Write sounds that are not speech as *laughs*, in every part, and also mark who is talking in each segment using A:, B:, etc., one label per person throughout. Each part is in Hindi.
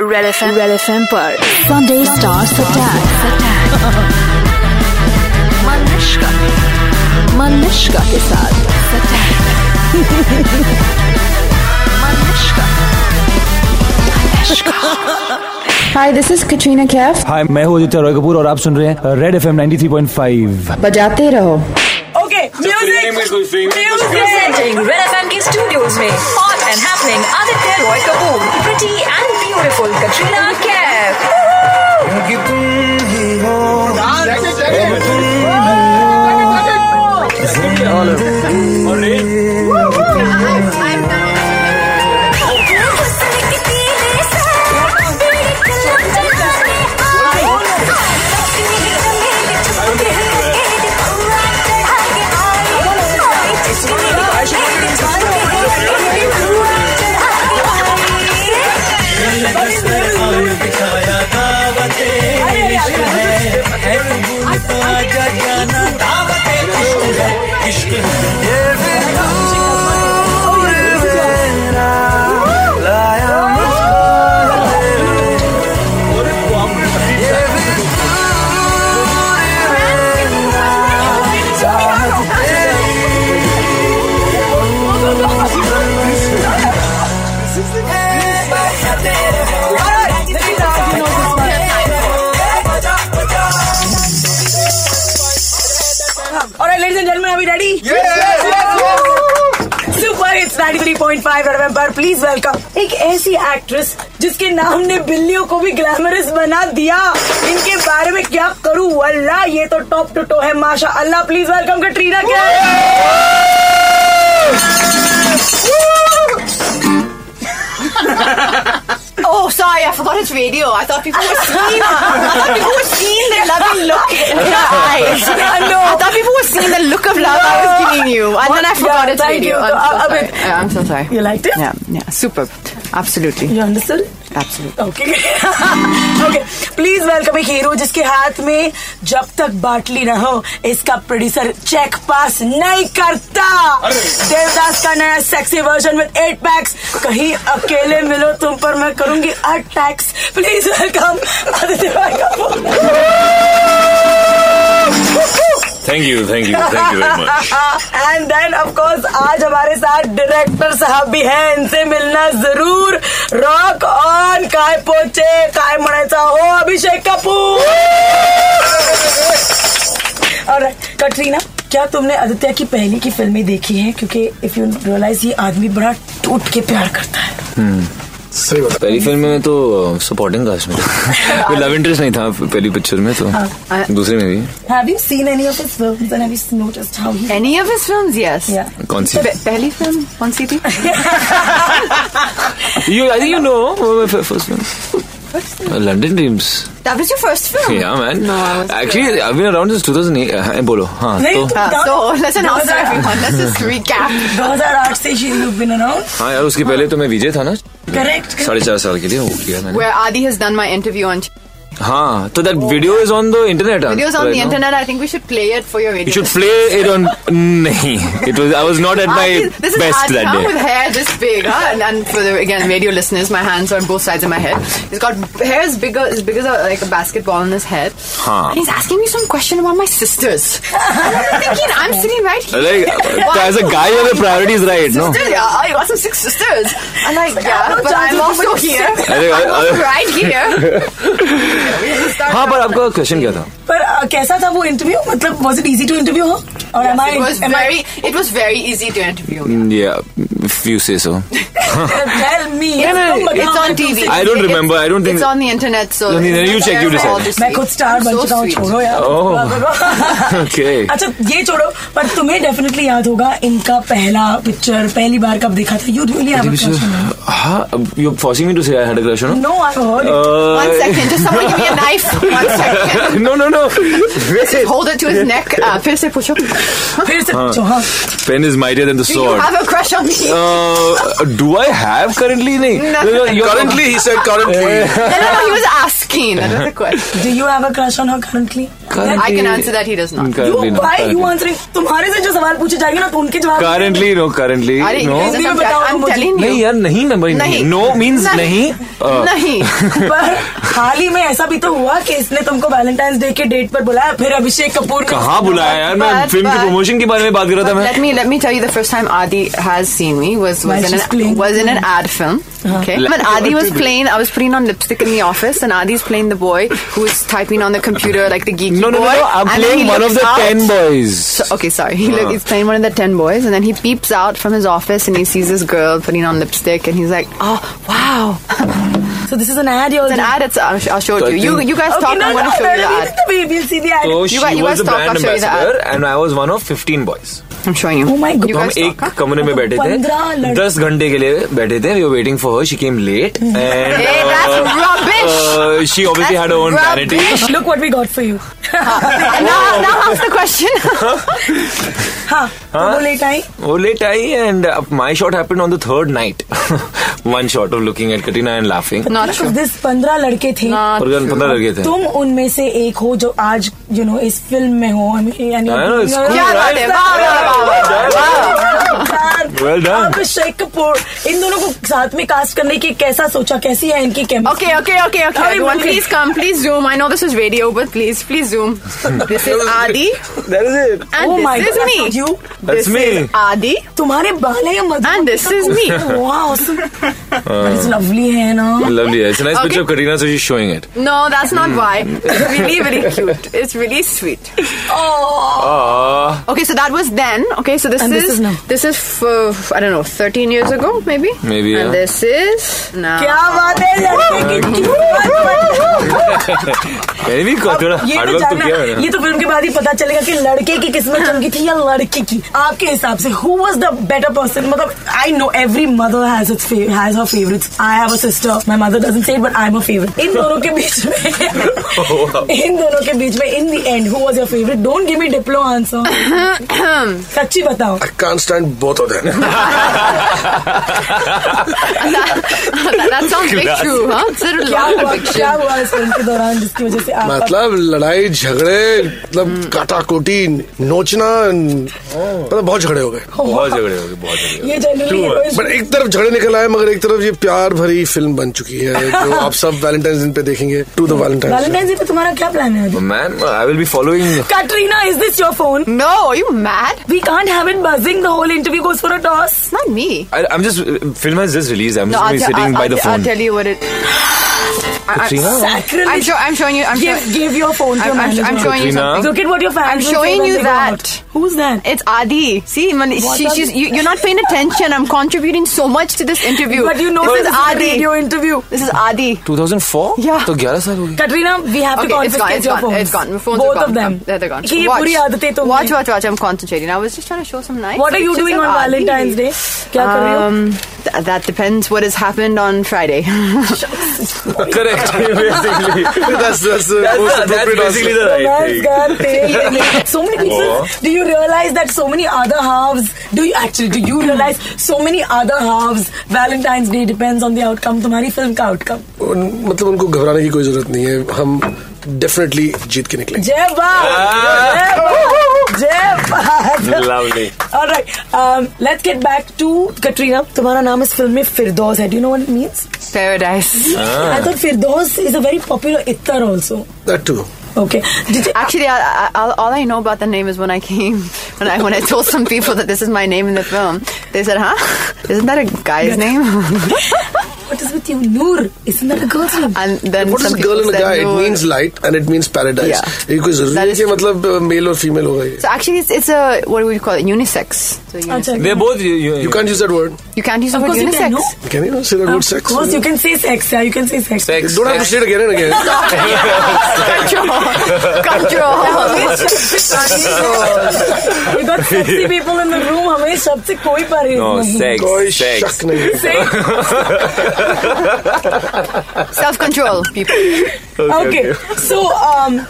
A: Red F M red F M पर संडे स्टार्स अटैक मनुष्का मनुष्का के साथ
B: hi this is Katrina Kaif
C: hi मैं हूं आदित्य रॉय कपूर और आप सुन रहे हैं रेड एफ एम 93.5
B: बजाते रहो
D: Okay, music. Music.
A: Presenting Red FM के स्टूडियोज में hot and happening Aditya Roy Kapur pretty and beautiful Katrina Kaif
D: All right, ladies and gentlemen, are we ready? Super hits 93.5 red पर प्लीज वेलकम एक ऐसी एक्ट्रेस जिसके नाम ने बिल्लियों को भी ग्लैमरस बना दिया इनके बारे में क्या करूं वल्ला ये तो टॉप टू टो है माशा अल्लाह please welcome Katrina Kaif
E: *laughs* Oh, sorry, I forgot it's radio. I thought people were seeing. I thought people were seeing the loving look in
D: *laughs*
E: your eyes.
D: no.
E: I thought people were seeing the look of love I was giving you, and then I forgot
D: Yeah,
E: it's
D: thank
E: radio.
D: you.
E: I'm so
D: Uh, uh,
E: sorry.
D: but-
E: Yeah, I'm so sorry.
D: You liked it?
E: Yeah, yeah, superb. Absolutely,
D: You understood?
E: absolutely.
D: *laughs* Okay okay please welcome एक हीरो जिसके हाथ में जब तक बाटली ना हो इसका प्रोड्यूसर चेक पास नहीं करता देवदास का नया sexy version with eight packs कहीं अकेले मिलो तुम पर मैं करूंगी अटैक्स प्लीज वेलकम आदित्य भाई Kapoor
F: Thank you, thank you, thank you very
D: *laughs*
F: much.
D: And then of course आज हमारे साथ डायरेक्टर साहब भी हैं इनसे मिलना जरूर रॉक ऑन काय पोचे काय म्हणायचा हो अभिषेक *laughs* कपूर और कटरीना क्या तुमने आदित्य की पहले की फिल्में देखी हैं क्योंकि इफ यू रियलाइज ये आदमी बड़ा टूट के प्यार करता है
F: पहली फिल्म में तो सपोर्टिंग कास्ट में
E: *laughs*
F: था। कोई लव इंटरेस्ट नहीं था पहली पिक्चर में
E: हाँ,
F: तो दूसरे में भी
D: Have you seen any of his films and have you noticed how he
E: Any of his films? Yes.
D: Yeah.
F: कौन सी
E: Pe- पहली फिल्म कौन सी थी
F: you I think you know first film London dreams
E: That was your first film.
F: Yeah man
E: No, I was.
F: Actually I been around since 2008 uh, बोलो हां
D: नहीं,
F: तो
D: तुम-
E: Uh, so let's announce
D: No, no.
E: everyone. Let's just recap.
D: 2008 से she you've been around
F: हाँ यार उसके पहले तो मैं विजय था ना
D: correct
F: साढ़े चार साल के लिए वो किया मैंने
E: Where Adi has done my interview on
F: हाँ तो that video is on the internet
E: videos on the internet. I think we should play it for your radio.
F: You should play it on. नहीं, it was. I was not at my
E: Aarti- this is
F: best
E: Aarti
F: that
E: Khan
F: day.
E: with hair this big, huh? and, and for the again radio listeners, my hands are on both sides of my head. He's got hair as big as big as a, like a basketball on his head,
F: Huh.
E: and he's asking me some question about my sisters. And I'm thinking, I'm sitting right here.
F: Like,
E: Why
F: as a
E: do
F: guy,
E: I
F: your
E: have
F: priority is right, Uh, no?
E: sisters? Yeah, I got some six sisters. I'm like, yeah,
D: no
E: but
D: chance
E: I'm
D: of
E: also
D: nobody
E: here.
F: think I-
E: I'm also
F: I-
E: right
D: *laughs*
E: here.
F: हाँ पर आपका क्वेश्चन क्या था
D: पर अ, कैसा था वो इंटरव्यू मतलब was it easy to interview हो और am I
E: It was
D: *laughs*
E: very, *laughs* it was very easy to interview.
F: Yeah, if you say so.
D: Tell me
E: It's on TV.
F: I don't
E: It's-
F: remember. I don't think-
E: it's on the internet. So
F: No, no, no,
E: it's
F: you check, you
E: there for all
F: decide.
E: to
D: मैं
E: see.
D: खुद स्टार
E: I'm
D: बन
E: so
D: चुका हूँ
E: sweet.
D: छोड़ो यार
F: Oh, okay.
D: अच्छा ये छोड़ो पर तुम्हें डेफिनेटली याद होगा इनका पहला पिक्चर पहली बार कब देखा था यू रियली हैव अ
F: हाँ you're forcing me to say I had a crush on him.
D: No I heard
F: Uh,
E: One second, just someone give me
F: *laughs*
E: a knife. One second.
F: no, no, no.
E: Hold it to his neck. Uh, फिर से पूछो.
D: फिर से पूछो हाँ
F: Pen is mightier than the
E: Do you
F: sword.
E: have a crush on me? No,
F: Uh, do I have currently? नहीं.
E: No.
F: Currently, he said currently.
E: no, no, he was asking. keen. That was a question.
D: Do you have a crush on her currently?
E: I can answer that. He does not.
D: You
F: *laughs* currently
D: why
F: no,
D: you answering? तुम्हारे से जो सवाल पूछे जाएंगे ना तो उनके जवाब
F: currently no currently
E: Are you
F: no
E: guys-
D: Hindi में
E: I'm
D: बताओ
E: I'm
D: मुझे।
E: telling
F: नहीं
E: you.
F: यार नहीं मैं भाई
E: नहीं।
F: नो मींस नहीं अ,
E: नहीं
F: *laughs*
D: पर हाल ही में ऐसा भी तो हुआ कि इसने तुमको वैलेंटाइन डे के डेट पर बुलाया फिर अभिषेक कपूर ने-
F: कहाँ बुलाया यार मैं
E: बात-
F: फिल्म की
E: बात-
F: प्रमोशन के बारे में बात कर रहा था मैं
E: let me let me tell you the first time Adi has seen me was
D: While
E: was in
D: she's
E: an,
D: playing. Uh-huh.
E: was in an ad film. Okay,
F: Like-
E: but Adi was playing. I was putting on lipstick in the office, and Adi's playing the boy who is typing on the computer like the geeky
F: No,
E: boy.
F: no, no, no.
E: and
F: I'm
E: then
F: playing
E: he
F: one
E: looks
F: of the
E: out.
F: ten boys.
E: So- okay, sorry. *laughs* He
F: Ah.
E: look, he's playing one of the ten boys, and then he peeps out from his office, and he sees this girl putting on lipstick, and he's like, "Oh, wow!"
D: So this is an ad you're
E: It's an ad. It's I'll, sh- I'll show it
F: So
E: to
F: I
E: you. You
F: think-
E: you guys
D: Okay,
E: talk.
D: no,
E: I'm
D: no,
E: going to show you the ad.
D: the baby will see the ad.
F: So
E: You guys-
F: she
E: you
F: was
E: guys
F: the
E: talk,
F: brand
E: I'll show you the
F: ambassador and I was one of 15 boys.
E: I'm showing you.
D: Oh my God.
E: You
F: तो हम
E: guys
F: एक
E: talk. huh?
F: कमरे में बैठे
D: पंद्रह
F: थे
D: लड़के।
F: दस घंटे के लिए बैठे थे we were waiting for her she came late
E: *laughs* Hey, that's
F: uh,
E: rubbish.
F: And she obviously had
E: That's
F: her own
E: rubbish.
F: Vanity *laughs*
D: Look what we got for you. *laughs*
E: now, now ask the
F: *laughs*
E: question.
D: हाँ तो वो लेट आई
F: वो लेट आई uh, and my shot happened on the third night *laughs* one shot of looking at Katrina and
D: *laughs*
F: laughing
E: Not
D: Look,
E: true.
D: this पंद्रह लड़के थे
E: Not
F: और गन पता लग गए थे
D: तुम उनमें से एक हो जो आज यू नो इस फिल्म में हो I mean, and
F: I know, it's
D: you're-
F: cool,
E: क्या बात
F: right?
E: है वाह वाह वाह, वाह वाह
F: Well done.
D: अभिषेक कपूर इन दोनों को साथ में कास्ट करने की कैसा सोचा कैसी है इनकी chemistry
E: Okay, okay, okay, okay.
D: Sorry,
E: Everyone,
D: Mansi.
E: please come, please zoom. I know this is radio, but please, please
F: *laughs*
E: zoom. This is Adi,
F: That is it.
E: and
D: Oh
E: this
D: my
E: is me.
D: God, that's not you.
E: This
F: That's me.
E: is Adi.
D: तुम्हारे बाल है या मधुमक्खी
E: And this
D: का
E: is me.
D: Coat? *laughs* Wow, so-
F: Uh.
D: lovely है ना
F: Lovely. It's a nice
E: Okay.
F: picture of Katrina, so she's showing it.
E: No, that's
F: Hmm.
E: not why. It's really,
F: *laughs*
E: really cute. It's really sweet. Oh.
F: Ah,
E: Okay, so that was then. Okay, so this
D: And
E: is
D: this is now.
E: this is for, I don't know, 13 years ago, maybe.
F: Maybe,
E: And
F: yeah.
E: this is now.
D: क्या बात है लड़के की क्यों
F: anyway, थोड़ा
D: ये
F: hard work
D: तो
F: तो
D: जानना
F: किया मैंने.
D: ये तो फिल्म के बाद ही पता चलेगा कि लड़के की
E: हाँ।
D: किस्मत चंगी थी या लड़की की आपके हिसाब से who was the better person मतलब I know every mother has its has her favourites I have a sister my mother doesn't say but I am a favourite in दोनों के बीच
F: *laughs* Oh,
D: में इन दोनों के बीच में in the end who was your favourite don't give me diplo answer सच्ची बताओ
G: I can't stand both of them.
E: *coughs* that, that sounds very true, huh? It's a
D: क्या
E: lot of
D: हुआ
E: conviction.
D: क्या हुआ इस फिल्म के दौरान जिसकी वजह से आप
G: मतलब लड़ाई झगड़े मतलब काटाकोटी नोचना मतलब बहुत झगड़े हो गए
F: बहुत झगड़े हो गए बहुत झगड़े हो गए.
D: ये जनरली
G: बट एक तरफ झगड़े निकल आए मगर एक तरफ ये प्यार भरी फिल्म बन चुकी है जो आप सब वैलेंटाइन दिन पे देखेंगे to the Valentine
D: Valentine day पे तुम्हारा क्या प्लान है
F: Man, I will be following
D: Katrina is this your phone
E: No, are you mad?
D: We can't have it buzzing the whole interview goes for a toss
E: It's not me.
F: I, I'm just film has just released. I'm
E: No,
F: just gonna be
E: te-
F: sitting by the
E: te-
F: phone.
E: I'll tell you what it. I,
F: Katrina?
E: am
D: Sacrilege.
E: show, I'm showing you. I'm
D: Give,
E: showing.
D: give your phone to
E: I'm,
D: your
E: I'm,
D: manager.
E: I'm showing you
F: Katrina?
E: something.
D: Look at what your fans
E: I'm
D: will say
E: showing
D: when
E: you
D: they go
E: that.
D: out. Who's that?
E: It's Adi. See, man,
D: What
E: she,
D: a-
E: she's you, you're not paying attention. I'm contributing so much to this interview.
D: But you know
E: this
D: this
E: is
D: is a
E: Adi.
D: radio interview.
E: This is Adi.
F: 2004?
E: Yeah.
F: तो 11 साल हो गए.
D: Katrina, we have to
E: Okay, it's gone.
D: confiscate
E: It's
D: your
E: gone.
D: phones.
E: It's gone. My phones
D: Both
E: are gone.
D: of them.
E: They're, they're gone.
D: कि ये बुरी आदतें तुमने.
E: watch, watch, watch. I'm concentrating. I was just trying to show some nice.
D: What are you
E: pictures
D: doing
E: of
D: on
E: Adi.
D: Valentine's Day? क्या कर रही हो?
E: Um, th- that depends what has happened on Friday.
F: *laughs* Correct. *laughs* basically.
G: That's that's the
F: That's,
G: most
F: the, that's
G: appropriate
F: basically
G: answer.
F: the right
D: Romance
F: thing.
D: का तेल लेने. So many people.
F: Oh.
D: Do you realize that so many other halves? Do you actually? Do you realize so many other halves? Valentine's Day depends on the outcome. तुम्हारी फिल्म का outcome.
G: उन- मतलब उनको घबराने की कोई जरूरत नहीं है हम डेफिनेटली जीत के निकलेंगे
D: जय बाप जय बाप
F: *laughs* Lovely.
D: All right, um, let's get back to Katrina. तुम्हारा नाम इस फिल्म में फिरदौस है. Do you know what it means?
E: *laughs* Paradise.
D: I thought Firdaus is a very popular ittar also.
G: That too
D: Okay. Did you,
E: Actually, I, I, I'll- all I know about the name is when I came, *laughs* when I when I told some people that this is my name in the film, they said, "Huh? Isn't that a guy's name?"
D: *laughs*
E: *laughs*
D: what is with you, Noor? Isn't that a girl's name?
E: And then
G: What is
E: some
G: girl
E: people
G: and a
E: said,
G: guy? It
E: "No."
G: means light and it means paradise.
E: Yeah.
G: ये कोई जरूरी
E: That
G: नहीं
E: is
G: कि मतलब मेल और फीमेल होगा ये
E: So actually, it's, it's a what do we call it? Unisex. So unisex.
D: अच्छा,
F: They're both. You, you,
G: You can't use that word.
E: You can't use the
D: Um, Of
E: word
D: course you can,
E: unisex.
D: no?
G: Can you not say that word sex?
D: Of course, you can say sex. Yeah, you can say sex.
F: Sex.
G: Don't have to say it again and again.
E: *laughs* control,
F: Oh.
E: control.
D: हमें शब्द से तारीफ- We got sexy people in the room. हमें शब्द से कोई परहेज
F: No,
D: नहीं.
F: sex.
G: कोई
F: Sex.
G: शक नहीं
F: *laughs*
D: Sex.
E: Self control, people.
D: Okay. So, um,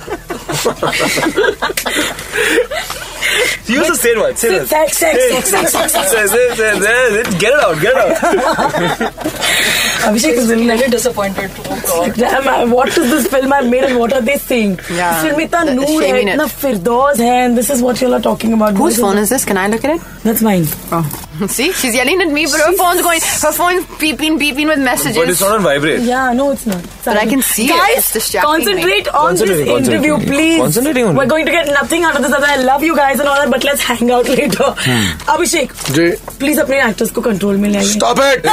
F: Use the same one. Same one.
D: Sex, sex, sex, sex, sex, sex.
F: *laughs* Say, say, say, say, say. Get it out. Get it *laughs* out.
D: Abhishek is really
A: little disappointed. Oh God.
D: Damn, I- what is this film I made and what are they saying?
E: Yeah.
D: इस film में इतना
E: The
D: नूर है
E: shaminess.
D: इतना फिरदौस है and this is what you all are talking about.
E: Whose phone is this? Can I look at it?
D: That's mine.
E: Oh, *laughs* see, she's yelling at me, but her phone's going. Her phone's beeping, beeping with messages.
F: But it's not on vibrate.
D: Yeah, no, it's not.
E: But I can see it.
D: Guys,
E: It's distracting me.
D: concentrate on this
F: Concentrating,
D: interview,
F: concentrating.
D: please.
F: Concentrating only.
D: We're going to get nothing out of this other. I love you guys and all that, but let's hang out later. Abhishek,
G: ji
D: please अपने एक्टर्स को कंट्रोल में लाइए *laughs*
G: stop it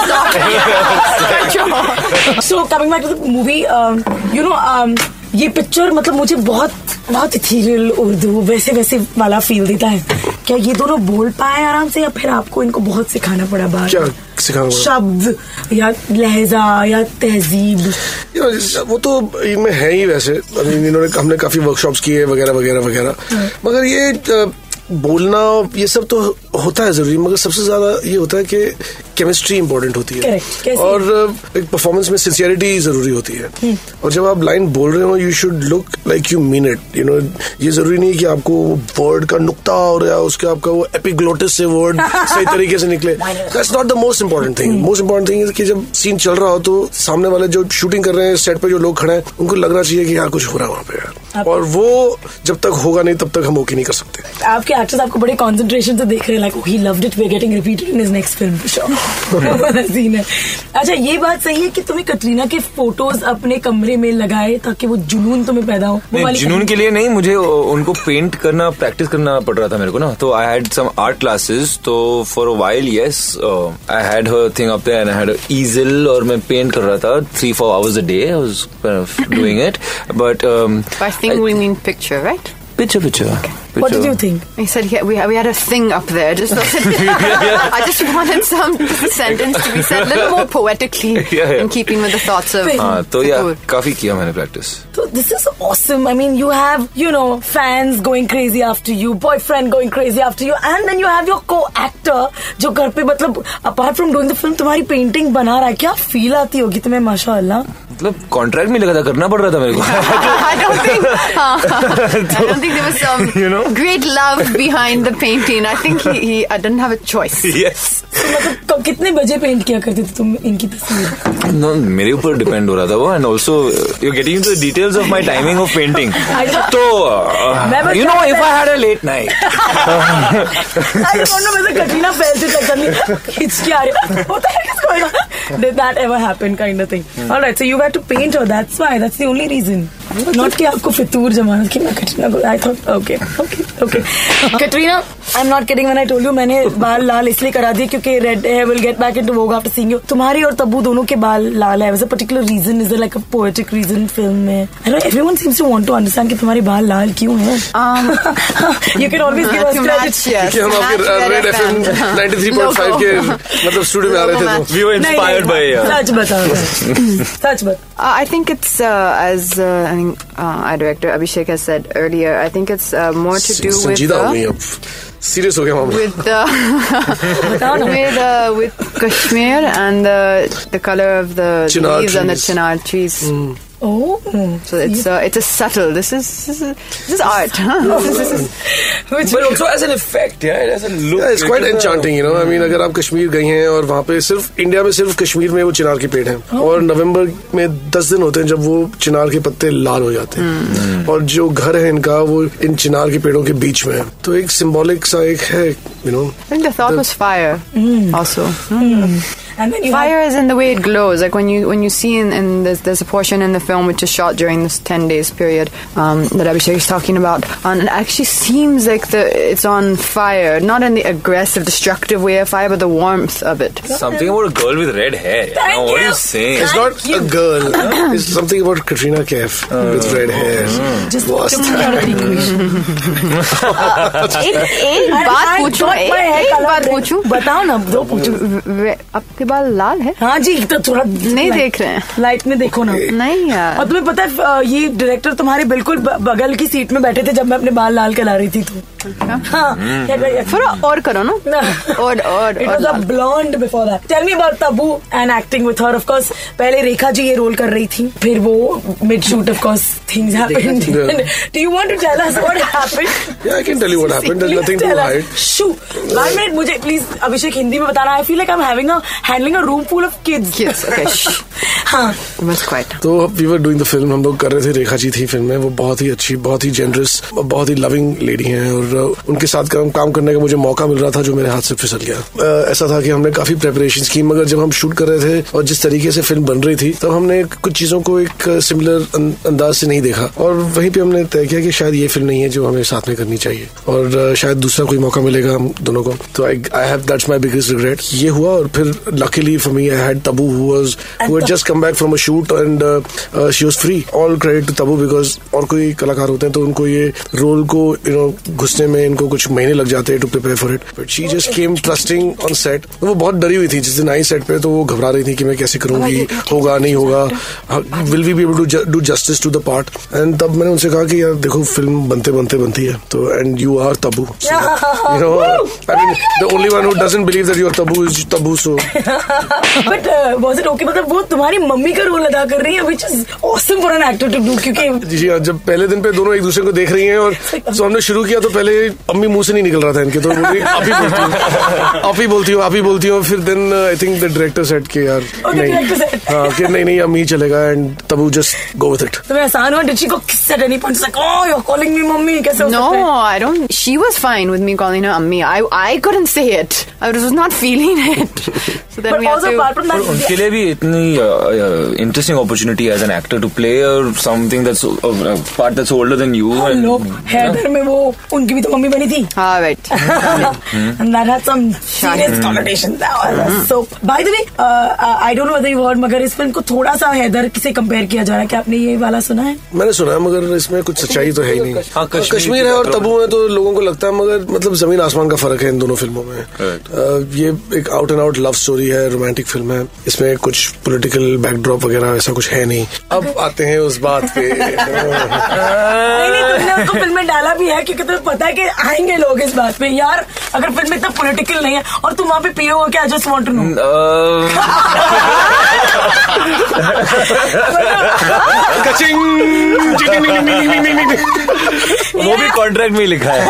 D: so coming back to the movie you know um, ये पिक्चर मतलब मुझे बहुत बहुत इथीरियल उर्दू वैसे वैसे वाला फील देता है क्या ये दोनों बोल पाए आराम से या फिर आपको इनको बहुत सिखाना पड़ा
G: क्या
D: बाहर
G: सिखाना पड़ा?
D: शब्द या लहजा या तहजीब
G: You know, जिस- वो तो इनमें है ही वैसे I mean, इन्होंने हमने काफी वर्कशॉप्स किए वगैरह वगैरह वगैरह मगर ये अ, बोलना ये सब तो होता है जरूरी मगर सबसे ज्यादा ये होता है कि केमिस्ट्री इंपॉर्टेंट होती है
D: Correct. कैसे?
G: और अ, मतलब एक परफॉर्मेंस में सिंसियरिटी जरूरी होती है और जब आप लाइन बोल रहे हो you should look like you mean it you know ये जरूरी नहीं कि आपको वर्ड का नुक्ता और या उसका आपका वो एपिग्लोटिस से वर्ड सही तरीके से निकले that's not the most important thing most important thing कि जब सीन चल रहा हो तो सामने वाले जो शूटिंग कर रहे हैं सेट पे जो लोग खड़े हैं उनको लगना चाहिए कि यहाँ कुछ हो रहा है वहाँ पे यार और वो जब तक होगा नहीं तब तक हम ओके नहीं कर सकते
D: आपके एक्टर्स आपको बड़े कॉन्सेंट्रेशन से देख रहे हैं "Oh, like he loved it we getting repeated in his next film *laughs* scene है अच्छा ये बात सही है कि तुम्हें कटरीना के फोटोज अपने कमरे में लगाए ताकि वो जुनून तुम्हें पैदा हो वो
F: नहीं
D: वाली
F: जुनून के लिए नहीं मुझे उ- उनको पेंट करना प्रैक्टिस करना पड़ रहा था मेरे को ना तो I had some art classes तो for a while yes I had her thing up there and I had easel और मैं पेंट कर रहा था three four hours a day I was
D: *clears throat*
F: doing it but
E: By thing we mean picture, right?
F: Picture picture
D: What did you think?
E: He said yeah, we, we had a thing up there. Just
G: *laughs*
E: I just wanted some *laughs* sentence to be said a little more
G: *laughs*
E: poetically
F: yeah.
E: in keeping with the thoughts of.
G: Ah,
F: हाँ तो या
E: Kapoor.
F: काफी किया मैंने प्रैक्टिस
D: So तो this is awesome. I mean, you have you know fans going crazy after you, boyfriend going crazy after you, and then you have your co-actor जो घर पे मतलब apart from doing the film तुम्हारी painting बना रहा है क्या फील आती होगी तुम्हें माशाल्लाह
F: मतलब कॉन्ट्रैक्ट में लगा था करना पड़ रहा था मेरे *laughs* को
E: I don't think.
F: *laughs*
E: I don't think there was some
F: You know?
E: great love behind the painting. I think he, he I didn't have a
F: *laughs*
E: choice.
F: Yes
D: तो मतलब कब- कितने बजे पेंट किया करते थे तुम इनकी तस्वीर
F: नो मेरे ऊपर डिपेंड हो रहा था वो uh, and also you getting into the details of my timing of
D: *laughs*
F: painting
D: don't-
F: तो
D: मैं बस
F: यू नो इफ
D: जानता-
F: I had a late night
D: I don't know whether Katrina felt it like suddenly हिचकी आ रही है। What the heck is going on? Did that ever happen kind of thing? All right, so you had to paint her. That's why. That's the only reason. Not कि आपको फितूर जमाना कि मैं कटरीना को I thought okay okay okay Katrina I am not kidding when I told you मैंने बाल लाल इसलिए करा दिए क्योंकि red hair will get back into vogue after seeing you तुम्हारी और तब्बू दोनों के बाल लाल है was a particular reason is like a poetic reason film में I know everyone seems to want to understand कि तुम्हारे बाल लाल क्यों हैं you can always give
E: Um,
D: us
E: To match,
D: credit
E: yes.
G: कि हम
E: to
G: आपके
E: match their
G: red
E: Uh,
G: F M
F: *laughs*
E: FM. *laughs*
G: 93.5 के
E: Logo.
G: मतलब स्टूडियो में आ रहे थे तो
F: वी वर इंस्पायर्ड बाय
D: सच बताओ सच बता
E: Uh, I think it's uh, as uh, I think uh, our director Abhishek has said earlier. I think it's uh, more to do with
G: संजीदा हो गई
E: the,
G: अब सीरियस हो गया मामला
E: with the *laughs* with uh, with Kashmir and the the color of the
G: Chinar
E: leaves on the
G: trees.
E: chinar trees.
F: Mm.
D: Oh,
E: So it's uh, it's a subtle. This is this is, this is art. *laughs* Huh? This is, this is,
D: which
F: but also as an effect यार as an look
G: it's quite enchanting you know I mean अगर आप कश्मीर गए हैं और वहाँ पे सिर्फ इंडिया में सिर्फ कश्मीर में वो चिनार के पेड़ हैं
E: Oh.
G: और नवंबर में दस दिन होते हैं जब वो चिनार के पत्ते लाल हो जाते
E: Hmm.
G: हैं और जो घर है इनका वो इन चिनार के पेड़ों के बीच में है तो एक सिंबॉलिक सा एक है you know
E: I think the thought was fire. Also,
D: and then you
E: fire
D: have
E: is in the way it glows. Like when you when you see in, in there's, there's a portion in the film which is shot during this ten days period um, that Abhishek is talking about, and it actually seems like the it's on fire, not in the aggressive, destructive way of fire, but the warmth of it.
F: Something about a girl with red hair
D: Thank
F: what
D: you.
F: You saying
G: it's not a
E: *coughs*
G: girl it's something about Katrina
E: Oh.
G: Kaif with red
E: Hmm.
D: just
G: hair
D: out of the *laughs* equation.
E: एक एक
D: I-
E: बात
D: I
E: पूछूं *laughs*
D: got my
E: एक
D: head
E: eh? एक
D: colour
E: बात
D: red.
E: पूछूं
D: बताओ ना दो पूछो
E: वे- आपके बाल लाल है
D: हाँ जी तो थोड़ा
E: नहीं देख रहे हैं।
D: लाइट में देखो ना
E: नहीं
D: और
E: यार
D: तुम्हें पता है अ, ये डायरेक्टर तुम्हारे बिल्कुल ब- बगल की सीट में बैठे थे जब मैं अपने बाल लाल करा रही थी तो
E: अच्छा।
D: हाँ
E: थोड़ा और करो ना और और,
D: इट
E: और
D: वाज अ
E: लाल।
D: Blonde before that tell me about Tabu and acting with her of course पहले रेखा जी ये रोल कर रही थी फिर वो mid shoot of course things happened *laughs* do you want to tell us what happened
G: Yeah, I can tell you what happened. There's nothing to hide.
D: Shoe one minute मुझे प्लीज अभिषेक हिंदी में बताना I feel like I am having a handling a room full of
E: Kids,
D: *laughs*
E: okay, shh.
D: Kids हाँ
E: बस क्वाइट
G: तो we were doing the film हम लोग कर रहे थे रेखा जी थी फिल्म में वो बहुत ही अच्छी बहुत ही जेनरस बहुत ही लविंग लेडी हैं और uh, उनके साथ काम काम करने का मुझे मौका मिल रहा था जो मेरे हाथ से फिसल गया Uh, ऐसा था कि हमने काफी प्रेपरेशन की मगर जब हम शूट कर रहे थे और जिस तरीके से फिल्म बन रही थी तब हमने कुछ चीजों को एक सिमिलर अंदाज से नहीं देखा और वहीं पे हमने तय किया कि शायद ये फिल्म नहीं है जो हमें साथ में करनी चाहिए और uh, शायद दूसरा कोई मौका मिलेगा हम दोनों को तो I I have that's my biggest regret ये हुआ और फिर luckily for me I had Tabu who was who had just come back from a shoot and she was free all credit to Tabu because और कोई कलाकार होते हैं तो उनको ये रोल को यू नो घुसने में इनको कुछ महीने लग जाते हैं to prepare for it but she just came trusting on set तो वो बहुत डरी हुई थी जिस दिन आई सेट पे तो वो घबरा रही थी कि मैं कैसे करूंगी होगा हाँ, नहीं होगा will we be able to do justice to the part and तब मैंने उनसे कहा कि यार देखो फिल्म बनते बनते बनती है तो and you are Tabu you know I mean the only one who doesn't believe that you are Tabu is Tabu so
D: but was it okay मतलब वो तुम्हारी मम्मी का रोल अदा कर रही है which is awesome for an actor to do क्योंकि
G: जी हाँ जब पहले दिन पे दोनों एक दूसरे को देख रही हैं
D: *laughs*
G: और तो हमने शुरू किया तो पहले अम्मी मुंह से नहीं निकल रहा था इनके तो बोली, आप ही बोलती
D: *laughs*
G: हो आप ही बोलती हो आप ही बोलती हो फिर uh, then I think the director set के यार
D: Oh, the director
G: नहीं
D: said.
G: हाँ कि नहीं नहीं अम्मी ही चलेगा एंड तब जस्ट गो विद इट
D: तुम्हें आसान हुआ डिची को किस at any point like oh you are calling me mummy कैसे हो सकता
E: No,
D: है?
E: I don't. She was fine with me calling her Ammi. I I couldn't say it. I was not *laughs* feeling it. So then
D: But
E: we had
D: also
E: to.
D: apart from
F: और
D: that,
F: उनके लिए भी इतनी uh, interesting opportunity as an actor to play और something that's part that's older than you
D: हम लोग
F: हाँ।
D: हैदर में वो उनकी भी तो मम्मी बनी थी
E: Ah, right.
F: Hmm.
D: and that had some serious connotations. That
F: हाँ।
D: was so. By the way, uh, I don't know whether you heard, मगर इस फिल्म को थोड़ा सा हैदर से कंपेयर किया जा रहा है क्या आपने ये वाला सुना है
G: मैंने सुना है मगर इसमें कुछ सच्चाई तो है ही नहीं
F: हाँ,
G: हाँ,
F: कश्मीर
G: कश्मीर
F: की
G: है और
F: बात हो
G: तबू है तो लोगों को लगता है मगर मतलब जमीन आसमान का फर्क है इन दोनों फिल्मों में
F: Correct.
G: अ, ये एक out and out love story है रोमांटिक फिल्म है इसमें कुछ पॉलिटिकल बैकड्रॉप वगैरह ऐसा कुछ है नहीं अब आते हैं उस बात
F: Uh,
G: पे
D: नहीं नहीं
F: *laughs*
D: तुमने उसको फिल्म में डाला भी है क्योंकि तुम्हें पता है कि आएंगे लोग इस बात पे यार अगर फिल्म इतना पॉलिटिकल नहीं है और तुम वहाँ पे पिए हो क्या I just want to
F: Mm, uh,
D: no
G: कचिंग!
F: वो भी कॉन्ट्रैक्ट में ही लिखा है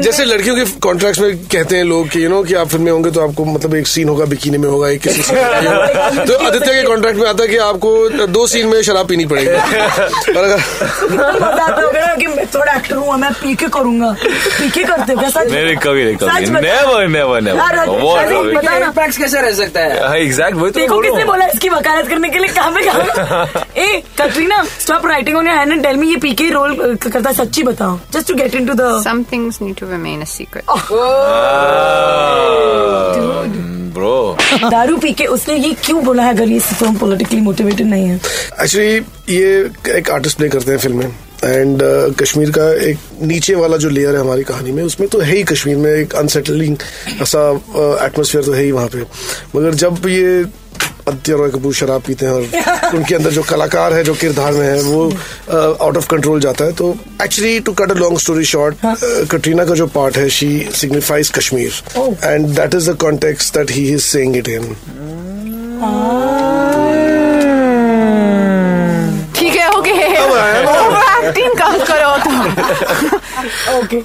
G: *laughs* जैसे लड़कियों के कॉन्ट्रैक्ट्स में कहते हैं लोग कि यू नो कि आप फिल्म में होंगे तो आपको मतलब एक सीन होगा बिकिनी में होगा एक किसी सीन में *laughs* होगा। तो आदित्य के कॉन्ट्रैक्ट में आता है कि आपको दो सीन में शराब पीनी *laughs* पड़ेगी और अगर
D: मजा आता होगा ना कि मैं थोड़ा एक्टर हूँ मैं पी के करूंगा पी के करते हो क्या
F: *laughs*
D: सच
F: नहीं नहीं, कभी नहीं कभी
D: सच हाँ, बता-
F: नेवर नेवर
D: यार, शादी
F: नेवर
D: बता ना।
H: पैक्स कैसे रह सकता है
F: एग्जैक्ट वही तो मैं
D: मतलब
F: बोल रहा
D: देखो किसने
F: हूँ।
D: बोला इसकी वकालत करने के लिए कहाँ पे कहा
F: *laughs*
D: ए Katrina stop writing on your hand and tell me ये पीके रोल करता है, सच्ची बताओ just to get into the
E: Some things need to remain a secret.
D: Oh,
F: हाँ। ब्रो
D: दारू पीके उसने ये क्यों बोला है अगर ये फिल्म पॉलिटिकली मोटिवेटेड नहीं है
G: एक्चुअली ये एक आर्टिस्ट प्ले करते हैं फिल्म में एंड कश्मीर का एक नीचे वाला जो लेयर है हमारी कहानी में उसमें तो है ही कश्मीर में एक अनसेटलिंग ऐसा एटमोसफियर तो है ही वहाँ पे मगर जब ये आदित्य रॉय कपूर शराब पीते हैं और उनके अंदर जो कलाकार है जो किरदार में है वो uh, आउट ऑफ कंट्रोल जाता है तो actually to cut a long story short Katrina uh, का जो पार्ट है she signifies Kashmir and that is the context that he is saying it in
E: ठीक है, okay. Overacting कम करो तुम.
D: Okay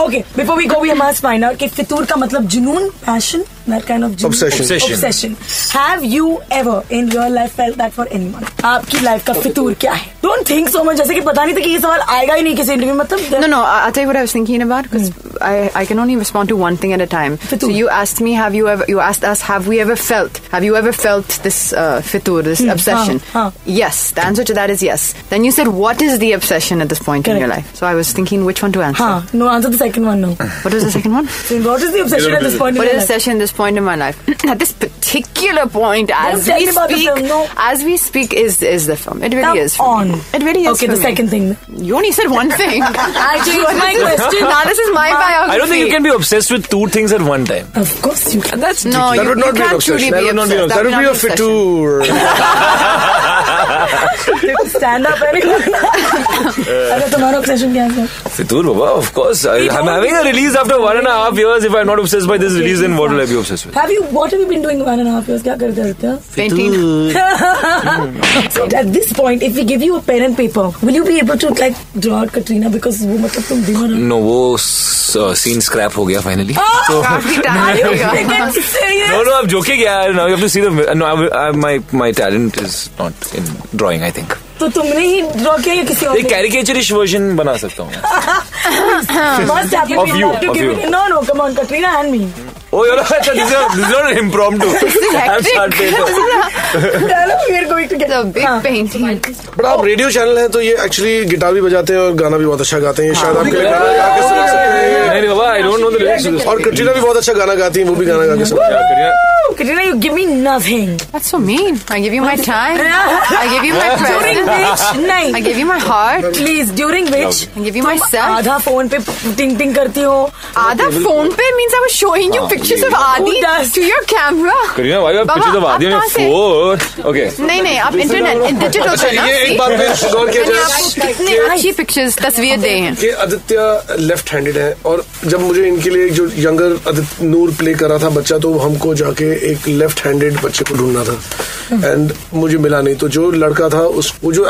D: okay before we go we must find out कि फितूर का मतलब जुनून passion that kind of
G: Obsession.
F: Obsession.
D: Obsession have you ever in your life felt that for anyone आपकी लाइफ का फितूर क्या है डोंट थिंक सो मच जैसे कि पता नहीं था कि ये सवाल आएगा ही नहीं किसी इंटरव्यू में मतलब
E: No, no. I- I'll tell you what I was thinking about because I, I can only respond to one thing at a time. So
D: Hmm. Fitur.
E: you asked me, have you ever? You asked us, have we ever felt? Have you ever felt this uh, fitur, this obsession?
D: Hmm, huh.
E: Yes. The answer to that is yes. Then you said, what is the obsession at this point in your
D: Correct.
E: life? So I was thinking which one to answer.
D: हाँ no answer the second one no
E: What was the second one?
D: What is the obsession at this point
E: What is the session? This point in my life, *laughs* at this particular point, as
D: tell
E: we
D: me about the
E: speak,
D: film, no.
E: as we speak, is is the film? It really
D: Come
E: is. for
D: on.
E: me. It really is.
D: Okay,
E: for
D: the
E: me.
D: second thing. *laughs*
E: You only said one thing. *laughs*
D: I changed my question.
E: Now this is my
D: *laughs* My
E: biography.
F: I don't think you can be obsessed with two things at one time.
D: Of course you can.
F: That's
E: No,
G: That
E: you,
G: would
E: you
G: not be an
E: can't
G: obsession.
E: truly
G: That
E: be
G: would not be an
E: obsessed.
G: obsession. That would be a fitur.
D: Stand
E: *laughs*
D: up अरे तुम्हारा ऑब्सेशन क्या है sir
F: Fitur Baba, of course. I, I'm
D: don't-
F: having a release after one and a half years. If I'm not obsessed by this release, then what will I be obsessed with?
D: Have you what have you been doing one and half years क्या करते रहते हो
E: Painting.
D: *laughs* So at this point, if we give you a pen and paper, will you be able to like draw out Katrina? Because वो मतलब तुम दीवाना
F: No, वो सीन स्क्रैप हो गया finally
E: Oh, *laughs*
D: *laughs*
F: No, no, I'm joking. Yeah, now you have to see the. uh, No, I, I, my my talent is not in drawing. I think.
D: तो तुमने ही ड्रॉ किया या किसी और
F: एक caricaturish version बना सकता हूँ.
D: Must have
F: Of you, of you.
D: No no come on Katrina and me
F: Oh, you're not. This is not, this is not
E: *laughs*
F: an impromptu. I'm
E: hectic.
D: चलो we are going to get
E: The big painting.
G: But आप रेडियो चैनल है तो ये एक्चुअली गिटार भी बजाते हैं और गाना भी बहुत अच्छा गाते हैं
E: हाँ।
G: शायद आपके लिए गाना गा के सुना सकते हैं
F: नहीं बाबा, I don't know the lyrics to this.
G: और कटरीना भी बहुत अच्छा गाना गाती है वो भी गाना गा के सुना
D: Katrina, you give
E: *laughs*
D: me nothing.
E: That's so mean. I give you my time. I give you my
D: *laughs* During
E: presence.
D: which,
E: I
D: नहीं.
E: give you my heart.
D: Please, during which,
E: I give you myself.
D: आधा फोन पे टिंग टिंग करती हो.
E: Aadha phone pe means I was showing you pictures of Adi
D: Who does?
E: to your camera.
F: Kareena भाई आप
E: Baba,
F: पीछे तो
E: आप
F: वादी में
E: कहाँ से?
F: फोर ओके
E: नहीं नहीं आप इंटरनेट डिजिटल
G: अच्छा
E: थे तो ना
G: ये
E: see?
G: एक बात फिर गौर किया
E: मैंने
G: जाए
E: आपको कितने अच्छी पिक्चर्स तस्वीर दे हैं
G: कि आदित्य लेफ्ट हैंडेड है और जब मुझे इनके लिए जो यंगर आदित्य नूर प्ले कर रहा था बच्चा तो हमको जाके एक लेफ्ट हैंडेड बच्चे को ढूंढना था एंड मुझे मिला नहीं तो जो लड़का था उस वो जो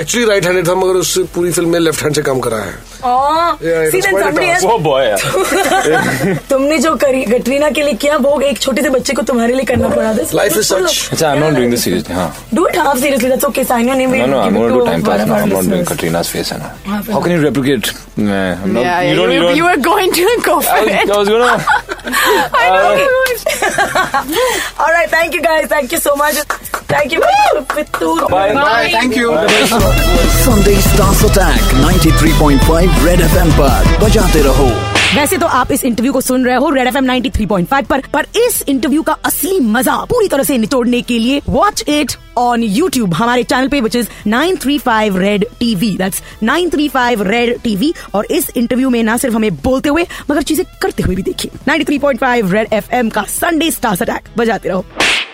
G: एक्चुअली राइट हैंडेड था मगर उस पूरी फिल्म में लेफ्ट हैंड से काम करा है
D: Oh,
G: Yeah, it
D: see
G: was
D: then
G: quite a
D: somebody else
G: task.
F: वो बॉय है
D: *laughs* तुमने जो करी कटरीना के लिए किया वो एक छोटे से बच्चे को तुम्हारे लिए करना पड़ा था
G: Life is such.
F: अच्छा I am not doing this seriously हां
D: do it half seriously that's okay sign your name
F: no no I am gonna do time pass now I am not doing Katrina's face and how can you replicate
E: Yeah,
F: you
E: you,
F: don't
E: you,
F: you
E: were going to go for
F: don't
E: it.
F: I was gonna
E: *laughs* I
F: ，uh，
E: know.
D: Alright thank you guys thank you so much thank you Fitoor
F: Bye.
E: Bye.
H: Thank you. Sunday Stars Attack 93.5 Red FM पर बजाते रहो
I: वैसे तो आप इस इंटरव्यू को सुन रहे हो रेड एफ एम 93.5 पर पर इस इंटरव्यू का असली मजा पूरी तरह से निचोड़ने के लिए वॉच इट ऑन यूट्यूब हमारे चैनल पे which is 935 red TV that's 935 red TV और इस इंटरव्यू में ना सिर्फ हमें बोलते हुए मगर चीजें करते हुए भी देखिए 93.5 रेड एफएम का संडे स्टार्स अटैक बजाते रहो